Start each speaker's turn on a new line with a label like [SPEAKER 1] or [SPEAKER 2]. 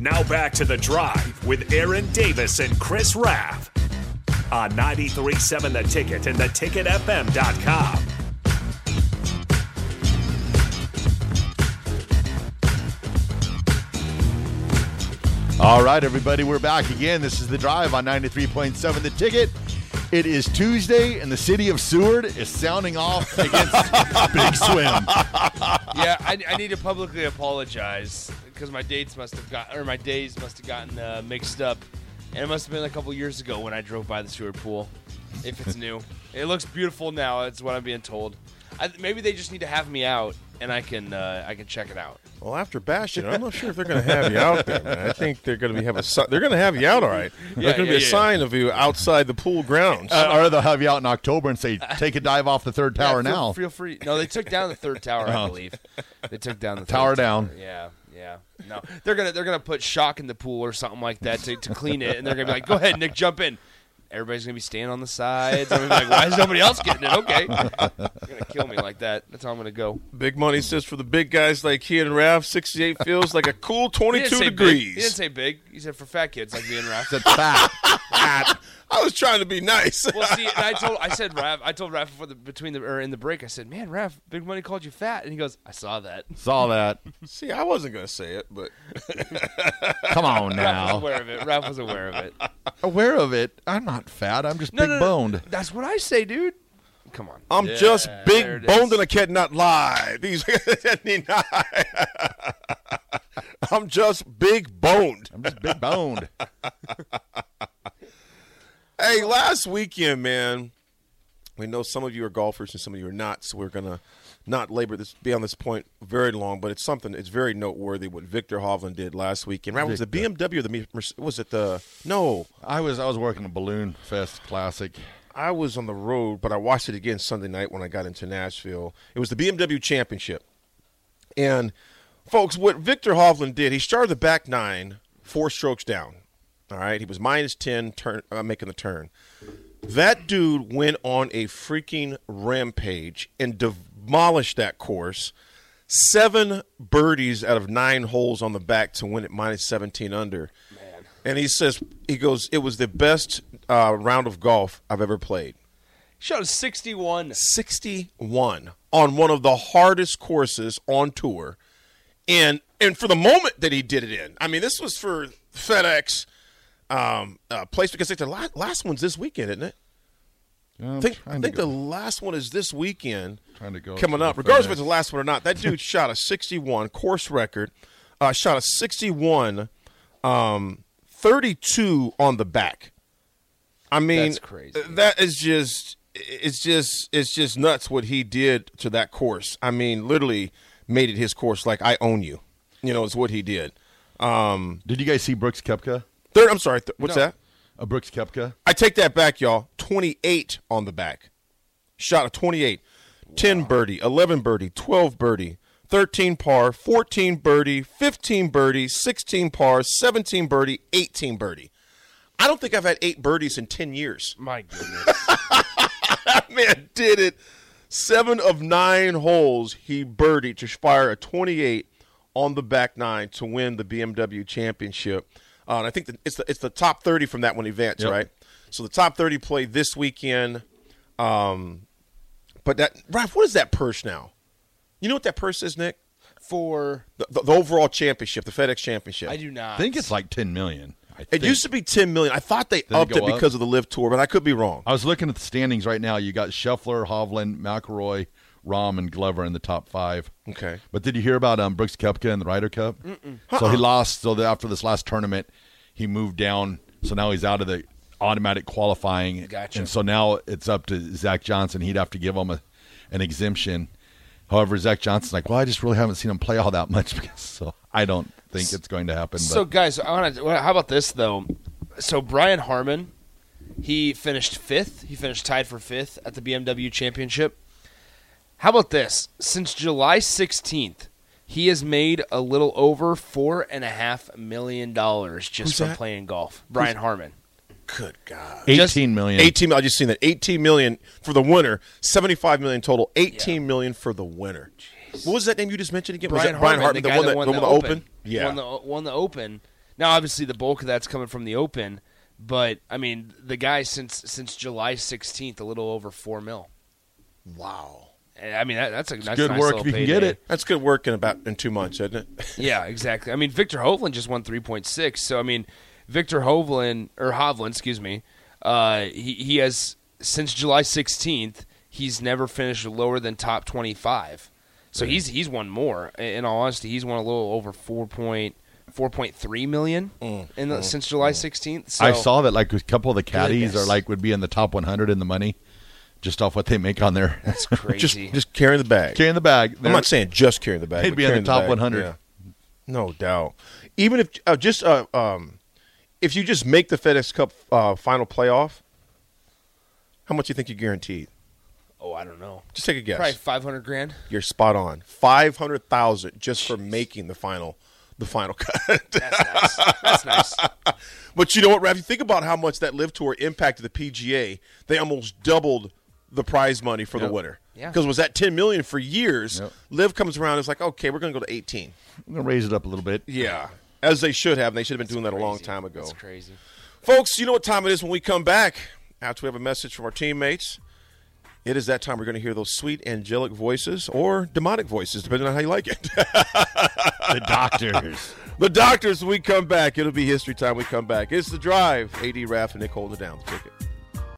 [SPEAKER 1] Now back to the drive with Aaron Davis and Chris Raff on 937 The Ticket and theticketfm.com.
[SPEAKER 2] All right, everybody, we're back again. This is the drive on 93.7 The Ticket. It is Tuesday, and the city of Seward is sounding off against Big Swim.
[SPEAKER 3] yeah, I, I need to publicly apologize because my dates must have got or my days must have gotten uh, mixed up, and it must have been a couple years ago when I drove by the Seward Pool. If it's new, it looks beautiful now. That's what I'm being told. I, maybe they just need to have me out, and I can uh, I can check it out.
[SPEAKER 4] Well, after Bastion, I'm not sure if they're going to have you out there. Man. I think they're going to be have a si- they're going to have you out all right. There's
[SPEAKER 3] Yeah,
[SPEAKER 4] going to
[SPEAKER 3] yeah,
[SPEAKER 4] be a
[SPEAKER 3] yeah,
[SPEAKER 4] sign of you outside the pool grounds.
[SPEAKER 2] Uh, or they'll have you out in October and say, take a dive off the third
[SPEAKER 3] Yeah,
[SPEAKER 2] tower
[SPEAKER 3] feel-
[SPEAKER 2] now. Oh.
[SPEAKER 3] Feel free. No, they took down the third tower, I believe. They took down the third
[SPEAKER 2] Tower down.
[SPEAKER 3] tower. Yeah, yeah. No, they're gonna they're gonna put shock in the pool or something like that to, to clean it, and they're gonna be like, "Go ahead, Nick, jump in." Everybody's gonna be standing on the sides. I'm gonna be like, "Why is nobody else getting it?" Okay, you're gonna kill me like that. That's how I'm gonna go.
[SPEAKER 4] big money says for the big guys like he and Raf, 68 feels like a cool
[SPEAKER 3] He didn't
[SPEAKER 4] 22
[SPEAKER 3] say Big. He didn't
[SPEAKER 4] degrees.
[SPEAKER 3] say big. He said for fat kids like me and Raph.
[SPEAKER 2] That's fat.
[SPEAKER 4] I was trying to be nice.
[SPEAKER 3] Well, see, and I told I said Raph. I told Raph before the between the or in the break. I said, "Man, Raph, Big Money called you fat," and he goes, "I saw that."
[SPEAKER 2] Saw that.
[SPEAKER 4] see, I wasn't going to say it, but
[SPEAKER 2] Come on
[SPEAKER 3] Raph was
[SPEAKER 2] now.
[SPEAKER 3] aware of it. Raph was aware of it.
[SPEAKER 2] Aware of it. I'm not fat. I'm just big boned.
[SPEAKER 3] That's what I say, dude. Come on.
[SPEAKER 4] I'm just
[SPEAKER 3] there
[SPEAKER 4] big
[SPEAKER 3] it
[SPEAKER 4] boned
[SPEAKER 3] is.
[SPEAKER 4] and I cannot lie. These I'm just big boned.
[SPEAKER 2] I'm just big boned.
[SPEAKER 4] Hey, last weekend, man. We know some of you are golfers and some of you are not, so we're gonna not labor this be on this point very long, but it's something it's very noteworthy what Victor Hovland did last weekend. Right? Was it the BMW or the Me- Merce- was it the no?
[SPEAKER 2] I was I was working a balloon fest classic.
[SPEAKER 4] I was on the road, but I watched it again Sunday night when I got into Nashville. It was the BMW Championship. And folks, what Victor Hovland did, he started the back nine four strokes down. All right, he was minus ten, turn uh, making the turn. That dude went on a freaking rampage and demolished that course. Seven birdies out of nine holes on the back to win at minus 17 under. And he says, he goes, it was the best uh, round of golf I've ever played.
[SPEAKER 3] Shot a 61.
[SPEAKER 4] 61 on one of the hardest courses on tour. And and for the moment that he did it in, I mean, this was for FedEx um, uh, place because I think the la- last one's this weekend, isn't it?
[SPEAKER 2] I'm
[SPEAKER 4] I think, I
[SPEAKER 2] trying to
[SPEAKER 4] think
[SPEAKER 2] go-
[SPEAKER 4] the last one is this weekend.
[SPEAKER 2] Trying to go
[SPEAKER 4] coming
[SPEAKER 2] to
[SPEAKER 4] up,
[SPEAKER 2] the
[SPEAKER 4] regardless if
[SPEAKER 2] FedEx.
[SPEAKER 4] it's the last one or not. That dude shot a 61 course record. Uh, shot a 61, um, 32 on the back. I mean,
[SPEAKER 3] That's crazy.
[SPEAKER 4] That is just it's just it's just nuts what he did to that course. I mean, literally made it his course. Like I own you. You know, is what he did. Um,
[SPEAKER 2] Did you guys see Brooks Kepka?
[SPEAKER 4] third, I'm sorry. Th- what's that?
[SPEAKER 2] A Brooks Kepka?
[SPEAKER 4] I take that back, y'all. 28 on the back. Shot a 28. 10 birdie, 11 birdie, 12 birdie, 13 par, 14 birdie, 15 birdie, 16 par, 17 birdie, 18 birdie. I don't think I've had eight birdies in 10 years.
[SPEAKER 3] My goodness.
[SPEAKER 4] That man did it. Seven of nine holes, he birdied to fire a 28 on the back nine to win the BMW championship. Uh, and I think that it's the it's the top 30 from that one event,
[SPEAKER 2] Yep.
[SPEAKER 4] right? So the top 30 play this weekend. Um, but that Ralph, what is that purse now? You know what that purse is, Nick?
[SPEAKER 3] For
[SPEAKER 4] The, the, the overall championship, the FedEx championship.
[SPEAKER 3] I do
[SPEAKER 2] I
[SPEAKER 3] not.
[SPEAKER 2] think it's like 10 million. I
[SPEAKER 4] It
[SPEAKER 2] think.
[SPEAKER 4] used to be 10 million. I thought they
[SPEAKER 2] it
[SPEAKER 4] upped it
[SPEAKER 2] go up?
[SPEAKER 4] because of the live tour, but I could be wrong.
[SPEAKER 2] I was looking at the standings right now. You got Scheffler, Hovland, McElroy, Rahm, and Glover in the top five.
[SPEAKER 4] Okay.
[SPEAKER 2] But did you hear about um, Brooks Koepka and the Ryder Cup? So
[SPEAKER 3] Uh-uh.
[SPEAKER 2] he lost. So the, after this last tournament, he moved down. So now he's out of the automatic qualifying.
[SPEAKER 3] Gotcha.
[SPEAKER 2] And so now it's up to Zach Johnson. He'd have to give him a, an exemption. However, Zach Johnson's like, well, I just really haven't seen him play all that much. Because, so I don't. think it's going to happen.
[SPEAKER 3] So, guys, I want to. How about this though? So, Brian Harmon, he finished fifth. He finished tied for fifth at the BMW Championship. How about this? Since July sixteenth, he has made a little over four and a half million dollars just
[SPEAKER 4] Who's
[SPEAKER 3] from
[SPEAKER 4] that?
[SPEAKER 3] playing golf. Brian Harmon.
[SPEAKER 4] Good God.
[SPEAKER 2] but
[SPEAKER 3] just-
[SPEAKER 2] 18 million.
[SPEAKER 4] 18 I just seen that. 18 million for the winner, 75 million total, Eighteen million for the winner. What was that name you just mentioned again? was
[SPEAKER 3] Brian
[SPEAKER 4] that
[SPEAKER 3] Harmon, the, guy
[SPEAKER 4] one
[SPEAKER 3] that, won
[SPEAKER 4] the
[SPEAKER 3] the,
[SPEAKER 4] one that
[SPEAKER 3] Open.
[SPEAKER 4] opened? Yeah.
[SPEAKER 3] won the won the Open. Now, obviously, the bulk of that's coming from the Open, but I mean, the guy since since July sixteenth, a little over four mil.
[SPEAKER 4] wow.
[SPEAKER 3] And, I mean, that, that's a that's
[SPEAKER 2] good
[SPEAKER 3] nice
[SPEAKER 2] work
[SPEAKER 3] little
[SPEAKER 2] if you can get
[SPEAKER 3] payday.
[SPEAKER 2] it.
[SPEAKER 4] That's good work in about in two months, isn't it?
[SPEAKER 3] Yeah, exactly. I mean, Victor Hovland just won three point six. So I mean, Victor Hovland or Hovland, excuse me, uh, he he has since July sixteenth, he's never finished lower than top twenty five. So he's he's won more. In in all honesty, he's won a little over four point four point three million in the, since July sixteenth. So
[SPEAKER 2] Mm, I saw that like a couple of the caddies
[SPEAKER 3] Goodness.
[SPEAKER 2] are like would be in the top 100 in the money, just off what they make on their
[SPEAKER 3] that's crazy.
[SPEAKER 4] Just just carrying the bag.
[SPEAKER 2] carrying the bag.
[SPEAKER 4] I'm not saying just carrying the bag.
[SPEAKER 2] They'd
[SPEAKER 4] but
[SPEAKER 2] be in the
[SPEAKER 4] carrying
[SPEAKER 2] top
[SPEAKER 4] bag,
[SPEAKER 2] 100.
[SPEAKER 4] yeah. No doubt. Even if uh, just uh, um, if you just make the FedEx Cup uh, final playoff, how much do you think you guaranteed?
[SPEAKER 3] oh, I don't know.
[SPEAKER 4] Just take a guess.
[SPEAKER 3] Probably five hundred grand.
[SPEAKER 4] You're spot on. Five hundred thousand just for making the final, the final cut.
[SPEAKER 3] That's nice. that's nice.
[SPEAKER 4] but you know what, Rav? You think about how much that live tour impacted the PGA. They almost doubled the prize money for the winner.
[SPEAKER 3] Yeah.
[SPEAKER 4] Because was that ten million for years?
[SPEAKER 2] Yep.
[SPEAKER 4] Live comes around. It's like okay, we're going to go to eighteen.
[SPEAKER 2] I'm gonna raise it up a little bit.
[SPEAKER 4] Yeah. As they should have. And they should have been doing that a long time ago.
[SPEAKER 3] That's crazy.
[SPEAKER 4] Folks, you know what time it is when we come back after we have a message from our teammates. It is that time we're going to hear those sweet angelic voices or demonic voices, depending on how you like it.
[SPEAKER 2] The doctors.
[SPEAKER 4] the doctors, when we come back. It'll be history time. when We come back. It's the drive. AD Raff and Nick holding it down the ticket.